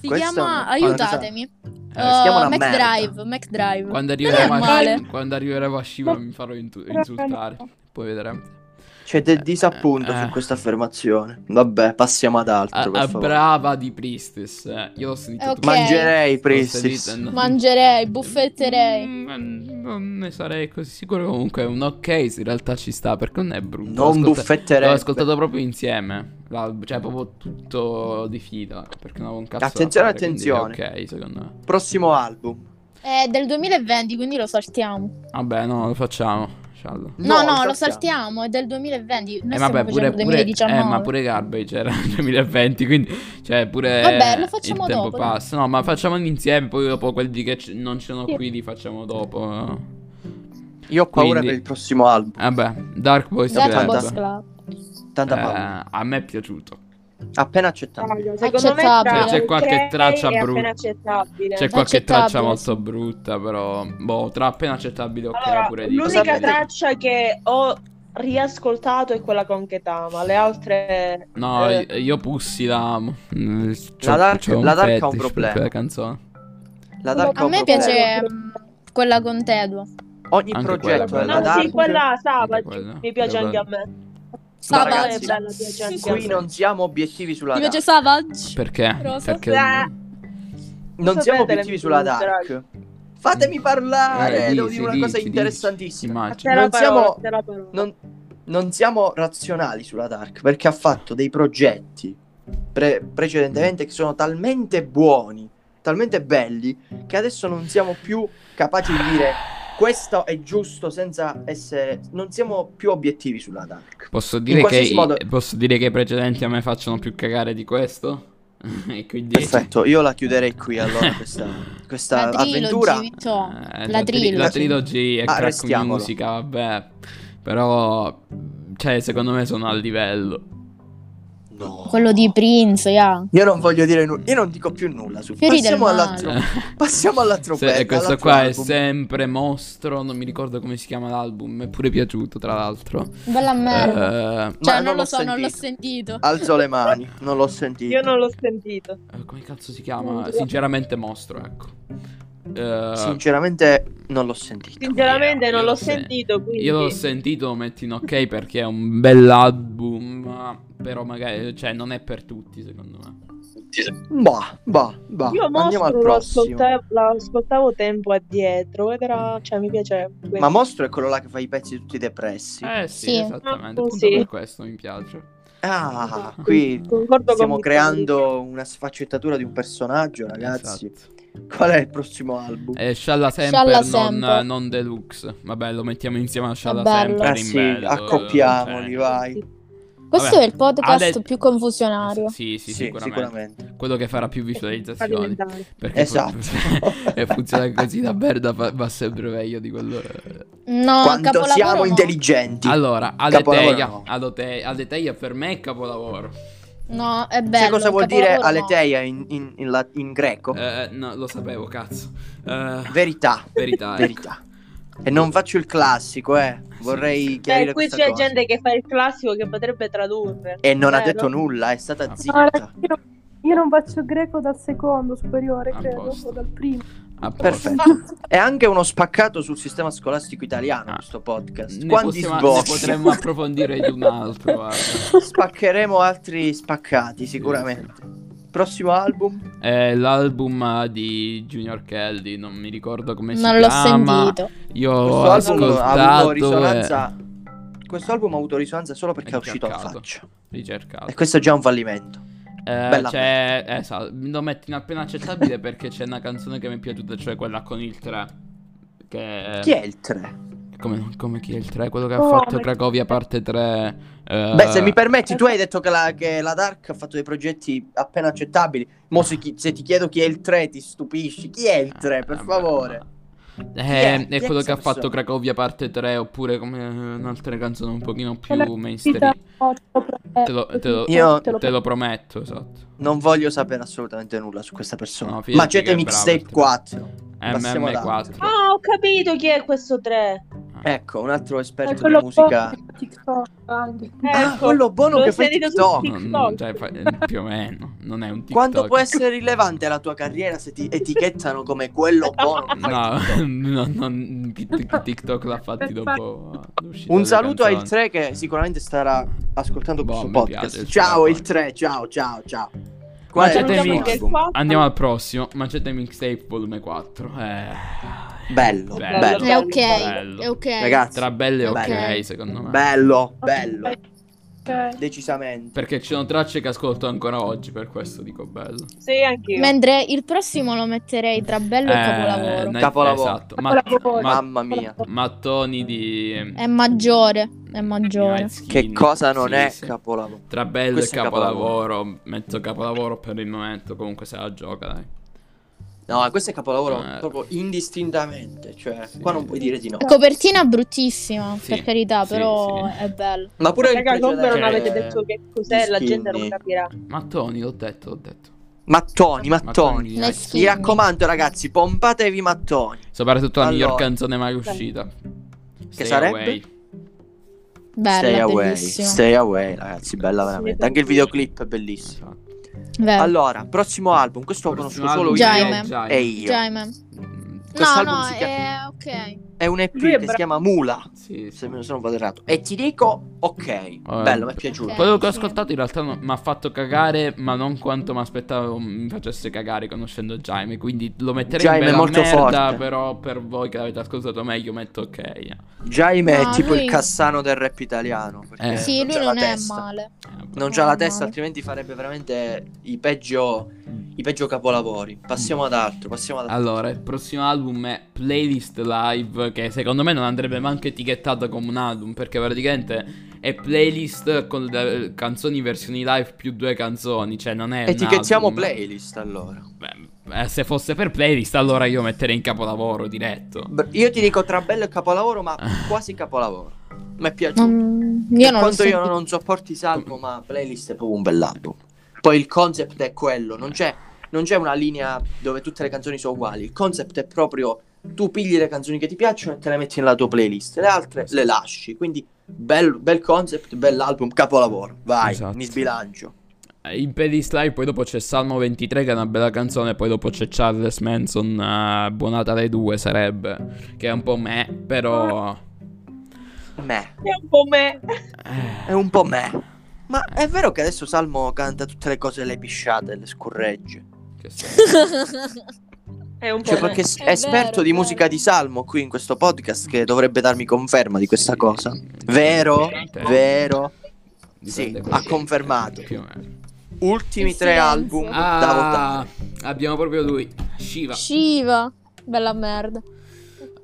Si
Questa è
chiama,
una-
aiutatemi,
Eh,
Uh,
si chiama una
Mac
merda.
Drive, Mac Drive.
Quando
Non
arriveremo,
è
a,
male.
quando arriveremo a Shiva mi farò intu- insultare. Poi vedremo.
C'è del disappunto
Eh, eh.
su questa affermazione. Vabbè, passiamo ad altro,
A,
per
a
favore.
Ah, brava di Pristis. eh, Io l'ho sentito.
Eh, ok.
tutto.
Mangerei,
L'ho
Pristis.
sentito, no.
Mangerei, buffetterei.
Mm, non ne sarei così sicuro. Comunque, è un ok. In realtà ci sta perché non è brutto. L'ho
Non
ascolta-
buffetterei.
L'ho ascoltato proprio insieme. la- cioè, proprio tutto di fila. Perché non avevo un cazzo. da
Attenzione,
fare, quindi è
attenzione.
ok, secondo me.
Prossimo album.
È del 2020, quindi lo saltiamo.
Vabbè, no, lo facciamo. lascialo.
No, no, lo saltiamo, è del 2020. Noi
Eh,
stiamo
vabbè, pure,
facendo
pure,
2019.
eh, ma pure Garbage era nel 2020, quindi, cioè, pure
Vabbè, lo
il
facciamo
tempo
dopo, dai.
passa. No, ma facciamoli insieme, poi dopo quelli che c- non c'erano
Sì.
qui li facciamo dopo.
Io ho paura
Quindi-
per il prossimo album.
Vabbè, Dark Boys
Dark
Club.
Box Club.
Tanta
Eh,
paura.
a me è piaciuto.
Appena accettabile.
Raga, Secondo me
Accettabile.
tra
C'è qualche
tre
traccia
è appena
brutta.
accettabile.
C'è qualche
Accettabile,
traccia
sì.
molto brutta, però, boh, tra appena accettabile, ok,
Allora,
pure di
l'unica
Sapete-
traccia che ho riascoltato è quella con Ketama, le altre...
No,
eh,
io Pussy la amo. Mm, c'ho-
La Dark-
c'ho un
la Dark ha un
fetish per
problema.
quella canzone.
La Dark
A me
Oak
piace
Rock.
mm, quella con Tedo.
ogni
Anche
progetto
quella,
è la
No,
Dark.
Ah, sì, quella
quella.
Savage mi piace
Quella-
anche a me.
Savage.
Quella è
Savage.
bella, piace anche a
Qui
me.
non siamo obiettivi sulla
Ti piace
Dark.
Savage?
Perché?
Rosa?
Perché...
Eh.
Non
Sapete
siamo
le
obiettivi
mie
sulla
preferenze,
Dark. Fatemi parlare,
Eh,
devo
dici,
dire una
dici,
cosa
dici.
interessantissima.
A
Immagino.
te la
Non
parola,
siamo-
a te la parola.
Non, non siamo razionali sulla Dark perché ha fatto dei progetti pre- precedentemente che sono talmente buoni, talmente belli, che adesso non siamo più capaci di dire questo è giusto senza essere... Non siamo più obiettivi sulla Dark.
Posso dire, che,
qualsiasi modo-
posso dire che i precedenti a me facciano più cagare di questo? e quindi...
Perfetto, io la chiuderei qui allora questa, questa
La trilogy,
avventura.
Vitto.
Eh,
Cioè, La
tri-
trilogy.
la trilogy
Ah,
è crack
Arrestiamolo.
musica, vabbè. Però... Cioè, secondo me sono al livello.
No.
Quello di Prince, yeah.
Io non voglio dire nulla, io non dico più nulla su
Fiori del
Passiamo
mare.
all'altro. Passiamo all'altro
Se-
pezzo,
questo
all'altro
qua è
album.
sempre mostro, non mi ricordo come si chiama l'album, mi è pure piaciuto tra l'altro.
Bella merda.
Eh,
cioè,
Ma
non,
non
lo
l'ho
so, non l'ho
sentito.
sentito.
Ah,
Alzo le mani, non l'ho sentito.
Io non l'ho sentito.
eh, come cazzo si chiama? Sinceramente mostro, ecco. Eh,
Sinceramente non l'ho sentito.
Sinceramente
io
non
lo
l'ho
sen-
sentito, quindi...
Io l'ho sentito, lo metto in ok perché è un bell'album, però magari, cioè, non è per tutti secondo me.
Bah, bah, bah.
Io
Ah, Andiamo al
Mostro lo
prossimo.
ascoltavo, lo ascoltavo tempo addietro ed era... cioè mi piaceva. quindi-
Ma Mostro è quello là che fa i pezzi tutti depressi.
Eh sì,
Sì.
esattamente,
Ah,
appunto
sì.
per questo mi piace.
Ah, qui
Concordo
stiamo
con Vittorio.
creando una sfaccettatura di un personaggio, ragazzi.
Esatto.
Qual è il prossimo album?
E Shalla
Scialla
Semper, non,
Semper.
non Deluxe. Vabbè, lo mettiamo insieme a Shalla
bello.
Semper
Ah
in
sì,
bello,
accoppiamoli,
cioè.
vai.
Questo
Vabbè.
è il podcast
Ade-
più confusionario.
Sì, sì,
Sì,
sicuramente.
sicuramente.
Quello che farà più visualizzazioni.
Fallimentare.
Perché
Esatto.
fu- e funziona così da merda, fa- va sempre meglio di quello.
Oh,
No,
Quanto
capolavoro
siamo
no.
intelligenti.
Allora,
Capolavoro
Aleteia,
no.
Alote- Aleteia per me è capolavoro.
No, è bello.
Sai cosa vuol dire
capolavoro no.
aleteia in, in- in la- in greco?
Eh, no, lo sapevo, cazzo. Eh,
Verità.
verità, ecco.
Verità. E non faccio il classico, eh. Vorrei
sì.
chiarire
Eh, qui
questa
c'è
cosa.
gente che fa il classico che potrebbe tradurre.
E non ha
Vero?
detto nulla, è stata
Ah.
zitta.
Io, Io non faccio greco dal secondo superiore,
A
credo,
posto.
o dal primo.
A posto.
Perfetto. È anche uno spaccato sul sistema scolastico italiano
Ah.
questo podcast.
Ne,
Quanti
possiamo- ne
sbocchi.
potremmo approfondire di un altro. guarda.
Spaccheremo altri spaccati sicuramente. Prossimo album.
È l'album eh, di Junior Kelly, non mi ricordo come si
Non l'ho
chiama.
sentito.
Io ho
Questo album ha
Oh, ascoltato
avuto
e
risonanza. Questo album ha avuto risonanza solo perché
È
è uscito a
giaccato.
faccia.
ricercato.
E questo è già un fallimento.
Eh,
Ecco, Bella
c'è, esatto, lo metti in appena accettabile perché c'è una canzone che mi è piaciuta, cioè quella con il 3. Che
Chi è il 3?
Come, come chi è il 3? Quello che ha
Oh,
fatto
ma-
Cracovia parte 3. Eh.
Beh, se mi permetti, tu hai detto che la, che la Dark ha fatto dei progetti appena accettabili. Mo se, chi- se ti chiedo chi è il 3 ti stupisci. Chi è il 3, per favore?
Eh,
è? Chi
è
è
quello che
questa
ha fatto
persona?
Cracovia parte 3 oppure come eh, un'altra canzone un pochino più
È la
mainstream.
Oh, te lo prometto,
Te lo, te lo-
Io-
te lo
te lo prometto, esatto.
Non voglio sapere assolutamente nulla su questa persona.
No, fidati
Ma
che
c'è
è
mixtape
bravo.
4. Passiamo ad
MM4.
Ah, ho capito chi è questo 3.
Ecco, un altro esperto
È eh, quello
di musica.
buono di TikTok anche.
Ah, quello buono
Ecco, l'ho
che fai
inserito su
TikTok.
TikTok.
Non- non- cioè, fa- eh, più o meno, non è un TikTok.
Quanto può essere rilevante la tua carriera se ti etichettano come quello buono che fai
No,
TikTok?
no, no, Tik- TikTok l'ha fatti dopo l'uscita
Un
delle
saluto a
canzoni.
Il 3 che sicuramente starà ascoltando
Boh,
questo
mi
podcast.
piace il
ciao
suo
Il 3, ciao, ciao, ciao.
Ma
è
c'è
il
te
diciamo
prossimo
mix.
album?
Andiamo al prossimo, Macete Mixtape volume 4. Eh,
Bello,
Bello.
bello,
È
bello,
Bello.
ok,
Bello.
è ok.
Ragazzi,
tra belle e ok,
Bello.
secondo me.
bello, bello,
Eh, Ok.
decisamente.
Perché ci sono tracce che ascolto ancora oggi, per questo dico bello.
Sì, anch'io.
Mentre il prossimo lo metterei tra bello e
Eh,
capolavoro.
ne-
Capolavoro.
Esatto. Ma-
Capolavoro.
ma-
Mamma mia.
mattoni di...
È maggiore, è maggiore.
Night
Che
Skinny.
cosa non
Sì,
è
sì.
capolavoro?
Tra bello e
Questo è
capolavoro, mezzo capolavoro per il momento, comunque se la gioca, dai.
No, questo è capolavoro
Eh.
proprio indistintamente, cioè
Sì.
qua non puoi dire di no.
La copertina bruttissima,
Sì,
per carità,
sì,
però
sì.
è bello.
Ma pure il
Raga, comunque non
Cioè,
avete detto che cos'è, la gente non
skinny.
capirà.
Mattoni, l'ho detto, l'ho detto.
Mattoni, mattoni.
Night
Night
Skinny.
Mi raccomando ragazzi, pompatevi mattoni.
Soprattutto la miglior
Allora.
canzone mai uscita. Che
sarebbe?
Bella,
stay away,
bellissima.
stay away ragazzi, bella
Sì,
veramente. Anche il videoclip è bellissimo.
Vero.
Allora, prossimo album, questo lo conosco solo io
Jaime.
e io.
Jaime. Cioè,
Mm,
No,
Quest'album
no,
si
è
chiama-
ok.
Eh,
È un EP che
Lui è
si
bravo.
chiama Mula,
Sì,
se
sì.
non sono vado errato. E ti dico,
Eh.
ok, bello, mi è piaciuto.
ok.
Quello che ho
sì.
ascoltato in realtà non- mi ha fatto cagare, ma non quanto mi aspettavo mi facesse cagare conoscendo Jaime. Quindi lo metterei
Jaime
in
è
bella
molto
merda,
forte.
però per voi che l'avete ascoltato meglio metto ok. Eh,
Jaime
No,
è tipo
lui-
il Cassano del rap italiano. perché
Eh.
Sì,
non
lui
c'ha cioè, la
non è
testa.
male.
Non c'ha la
Non è
testa,
male.
altrimenti farebbe veramente i peggio, i peggio capolavori. Passiamo ad altro, passiamo ad altro.
Allora, il prossimo album è Playlist Live, che secondo me non andrebbe manco etichettato come un album, perché praticamente è playlist con le canzoni versioni live più due canzoni, cioè non è... un
Etichettiamo
album.
playlist allora.
Beh, eh, se fosse per playlist allora io metterei in capolavoro diretto.
Br- Io ti dico tra bello e capolavoro, ma quasi capolavoro. Mi è piaciuto.
Mm,
Per
io non lo
quanto
so.
io non sopporti Salvo, ma playlist è proprio un bell'album. Poi il concept è quello, non c'è, non c'è una linea dove tutte le canzoni sono uguali. Il concept è proprio tu pigli le canzoni che ti piacciono e te le metti nella tua playlist, le altre le lasci. Quindi bel, bel concept, bell'album, capolavoro. Vai,
Esatto.
mi sbilancio.
Eh, In playlist live poi dopo c'è Salmo 23 che è una bella canzone, poi dopo c'è Charles Manson, eh, Buonata dai due sarebbe, che è un po' me, però...
Me,
È un po' me.
eh,
è un po' me. Ma è vero che adesso Salmo canta tutte le cose le pisciate, le scorregge.
Che so.
È un po'
Cioè,
me.
perché s-
È
è esperto
vero,
di
è
musica
vero.
di Salmo qui in questo podcast che dovrebbe darmi conferma di questa cosa. Vero?
Dipende.
Vero?
Dipende
Sì,
quello
ha
che-
confermato.
Più o meno.
Ultimi
Il
tre
silenzio.
album da
Ah,
votare.
abbiamo proprio lui, Shiva.
Shiva. Bella merda.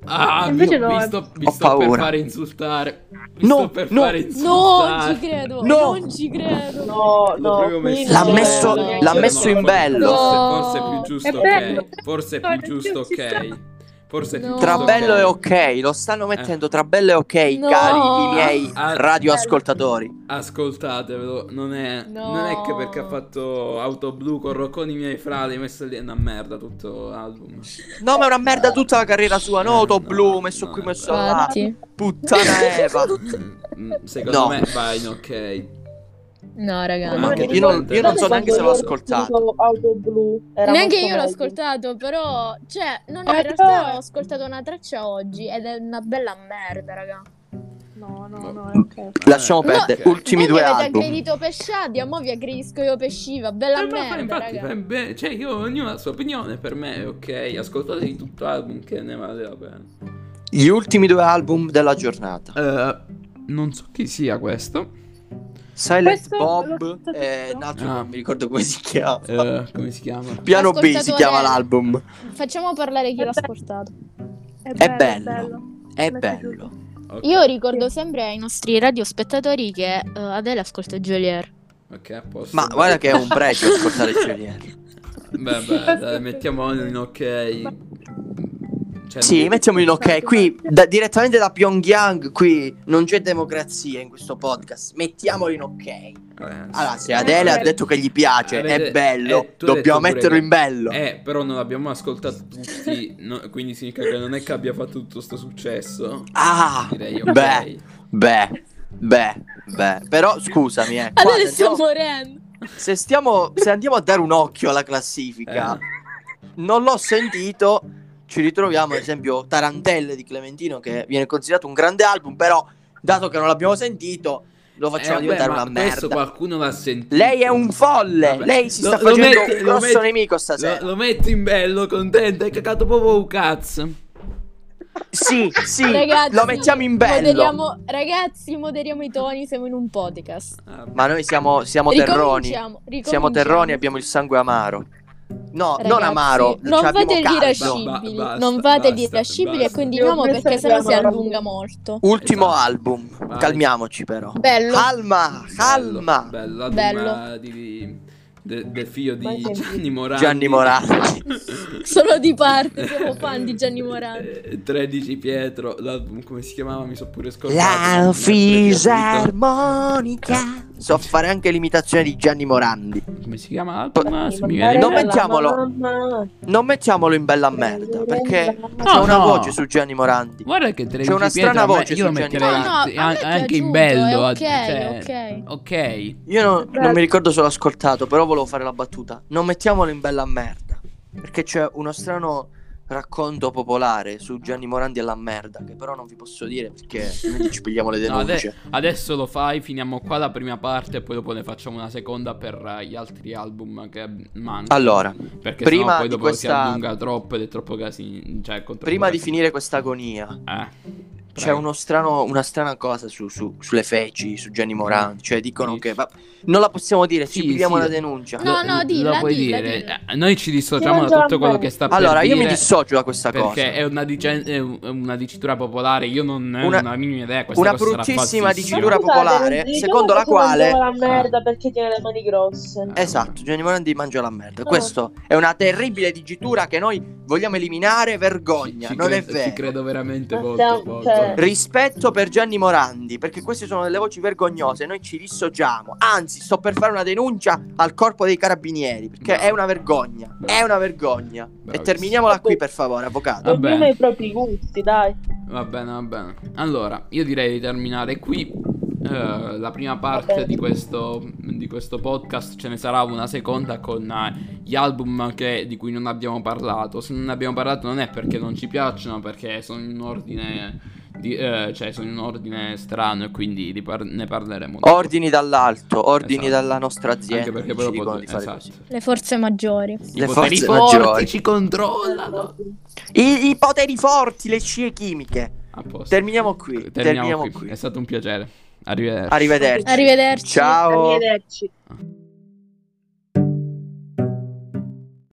Ah, mi,
Invece no,
mi
eh.
sto, mi
Ho
sto per
paura.
fare insultare. Mi
No,
sto per
no,
fare
no,
insultare.
Non ci credo.
No.
Non ci credo.
No,
L'ho
no.
proprio
qui
messo- Cioè,
L'ha
no.
messo-
Neanche
l'ha
io
messo
non
in
voglio-
bello.
Forse, forse è più giusto
È bello.
ok. Forse è più giusto ok. Forse è più
No.
giusto
Tra bello e
ok.
ok, lo stanno mettendo tra bello e ok,
No.
cari i miei
Ah, ah.
radioascoltatori.
Ascoltatevelo, non è,
No.
non è che perché ha fatto Auto Blu con Rocconi i miei frati, messo lì è una merda tutto l'album.
No, ma è una merda tutta la carriera sua.
Eh,
No, to
no,
blu, messo
no,
qui,
è
messo
vero.
là.
Infatti.
Puttana Eva.
Mm, Secondo
No.
me va in ok.
No, raga.
Ma
no.
che
io non, io non
Guardate
so neanche se l'ho ascoltato.
Auto blu era
Neanche
molto
io l'ho
meglio.
ascoltato, però, cioè, non, in
Ah,
realtà
no.
ho ascoltato una traccia oggi ed è una bella merda, raga.
No, no, no,
Mm.
ok.
Lasciamo
Eh,
perdere.
ok.
Ultimi
Voi
due
mi avete
album.
aggredito Pesciadia, mo vi aggredisco io Pesciva, bella
Eh, ma fa-
merda,
infatti,
raga.
fa be- cioè io ognuno ha la sua opinione per me, ok? Ascoltatevi tutto l'album che ne vale la pena.
Gli ultimi due album della giornata.
Eh, non so chi sia questo.
Silent
Questo l'ho
Bob
detto
e
tutto.
Nacho,
Ah.
non mi ricordo come si chiama.
Eh, come si chiama?
Piano B si
Ascoltatore-
chiama l'album.
Facciamo parlare chi l'ha
Vabbè.
ascoltato.
È bello. È bello.
Ok,
Io ricordo sempre ai nostri radiospettatori che eh, Adele ascolta Jolier.
ok, a posto.
Ma guarda che è un pregio ascoltare Giuliani.
Vabbè, dai, mettiamo in ok. Cioè,
Sì,
non-
mettiamo in ok. Qui, da- direttamente da Pyongyang, qui non c'è democrazia in questo podcast. Mettiamolo in ok.
eh, sì.
Allora, se Adele ha detto che gli piace,
Avete-
è bello,
eh, tu hai detto
dobbiamo
pure
metterlo
che-
in bello.
Eh, però non l'abbiamo ascoltato tutti, no, quindi significa che non è che abbia fatto tutto sto successo.
Ah,
Direi ok. Eh,
beh, beh, beh, beh. Però scusami, eh. qua
Adele
se
sta
andiamo-
morendo.
se, stiamo, se andiamo a dare un occhio alla classifica,
Eh.
non l'ho sentito. Ci ritroviamo, ad esempio, Tarantelle di Clementino, che viene considerato un grande album, però, dato che non l'abbiamo sentito, lo facciamo
Eh, vabbè,
diventare
ma
una
questo
merda.
qualcuno l'ha sentito.
Lei è un folle,
Vabbè.
lei si
Lo-
sta
lo
facendo
metti-
un
lo
grosso
metti-
nemico stasera.
Lo, lo metti in bello, contento, hai cagato proprio un cazzo.
Sì, sì,
Ragazzi,
lo mettiamo in bello.
moderiamo- ragazzi, moderiamo i toni, siamo in un podcast.
Ah,
Ma noi siamo, siamo terroni.
Ricominciamo,
Siamo
ricominciamo.
terroni, abbiamo il sangue amaro. No,
Ragazzi,
non amaro.
Non
cioè abbiamo
fate gli
caldo.
irascibili,
No, ba- basta,
non fate gli
basta,
irascibili e
basta.
continuiamo
Io
perché
penso
sennò
che
si
abbiamo-
allunga molto.
Ultimo
Esatto.
album.
Vai.
Calmiamoci però.
Bello.
Ah, Calma,
bello,
calma.
Bello, l'album,
Bello.
eh, Di, de- del figlio
Ma
di
che-
Gianni Morandi.
Gianni Morandi.
Solo di parte, siamo fan di Gianni Morandi.
Eh, 13 Pietro, l'album come si chiamava? Mi so pure scordato.
La
fisarmonica
fisarmonica. So fare anche l'imitazione di Gianni Morandi.
Come si chiama l'album? Ah, se mi viene
Non
in
Bella
mente.
mettiamolo.
mamma.
Non mettiamolo in bella merda. Perché c'è
No,
una
no.
voce su Gianni Morandi.
Guarda che 13
una
Pietro
strana
a me-
voce
io lo
su
metterei
Gianni
No,
Morandi.
no, a me
an-
è
anche in
piaciuto,
bello.
è
ad-
ok,
cioè, ok.
Io non,
Beh.
non mi ricordo se l'ho ascoltato, però volevo fare la battuta. Non mettiamolo in bella merda. Perché c'è uno strano racconto popolare su Gianni Morandi e la merda. Che però non vi posso dire perché altrimenti ci pigliamo le
No, ade-
denunce.
adesso lo fai, finiamo qua la prima parte e poi dopo ne facciamo una seconda per eh, gli altri album che mancano.
Allora,
perché
prima
sennò poi
di
dopo si
questa-
allunga troppo ed è troppo casino. Cioè, con troppo
prima di
casino.
finire questa agonia,
Eh,
c'è
prego.
uno strano, una strana cosa su- su- sulle feci, su Gianni Morandi. Cioè, dicono
Sì.
che va- non la possiamo dire, ci
Sì,
pigliamo
sì.
la denuncia.
Lo-
No, no, dilla,
lo puoi
dilla,
dire.
dilla.
Eh, Noi ci dissociamo
Sì,
da tutto
mangiamo.
quello che sta
allora,
per dire.
io mi dissocio da questa
Perché
cosa.
è una, dice- è un- è una dicitura popolare, io non ne ho
Una-
una minima idea. Questa
una
cosa sarà
bruttissima
falsissima.
dicitura popolare,
Scusate,
secondo la
che mangiava
quale-
la merda perché tiene le mani grosse.
Eh,
Esatto, Gianni Morandi mangia la merda. Questo è una terribile digitura che noi vogliamo eliminare. Vergogna,
Ci- ci
non è
credo- Ci
vero.
credo veramente
Ma
molto
siamo-
poco.
cioè-
Rispetto per Gianni Morandi, perché queste sono delle voci vergognose, noi ci dissociamo. Anzi, sto per fare una denuncia al corpo dei carabinieri, perché
Bravo.
è una vergogna. È una vergogna. E
Bravissimo.
terminiamola qui, per favore, avvocato.
Vabbè.
Ognuno ha i propri gusti, dai.
Va bene, va bene. Allora, io direi di terminare qui. eh, la prima parte
bene.
di questo, di questo podcast ce ne sarà una seconda con eh, gli album che- di cui non abbiamo parlato. Se non ne abbiamo parlato non è perché non ci piacciono, perché sono in un ordine, di- eh, cioè sono in un ordine strano e quindi li par- ne parleremo. dopo.
Ordini dall'alto, ordini
Esatto.
dalla nostra azienda.
Anche perché
che
poi
ci
dopo
dicono di fare
esatto.
così.
Le forze maggiori.
I
Le
poteri
forze
forti
maggiori.
ci controllano.
I, I poteri forti, le scie chimiche.
A posto.
Terminiamo qui. Terminiamo,
Terminiamo qui.
qui.
È stato un piacere. Arrivederci.
Arrivederci.
Arrivederci.
Ciao.
Arrivederci.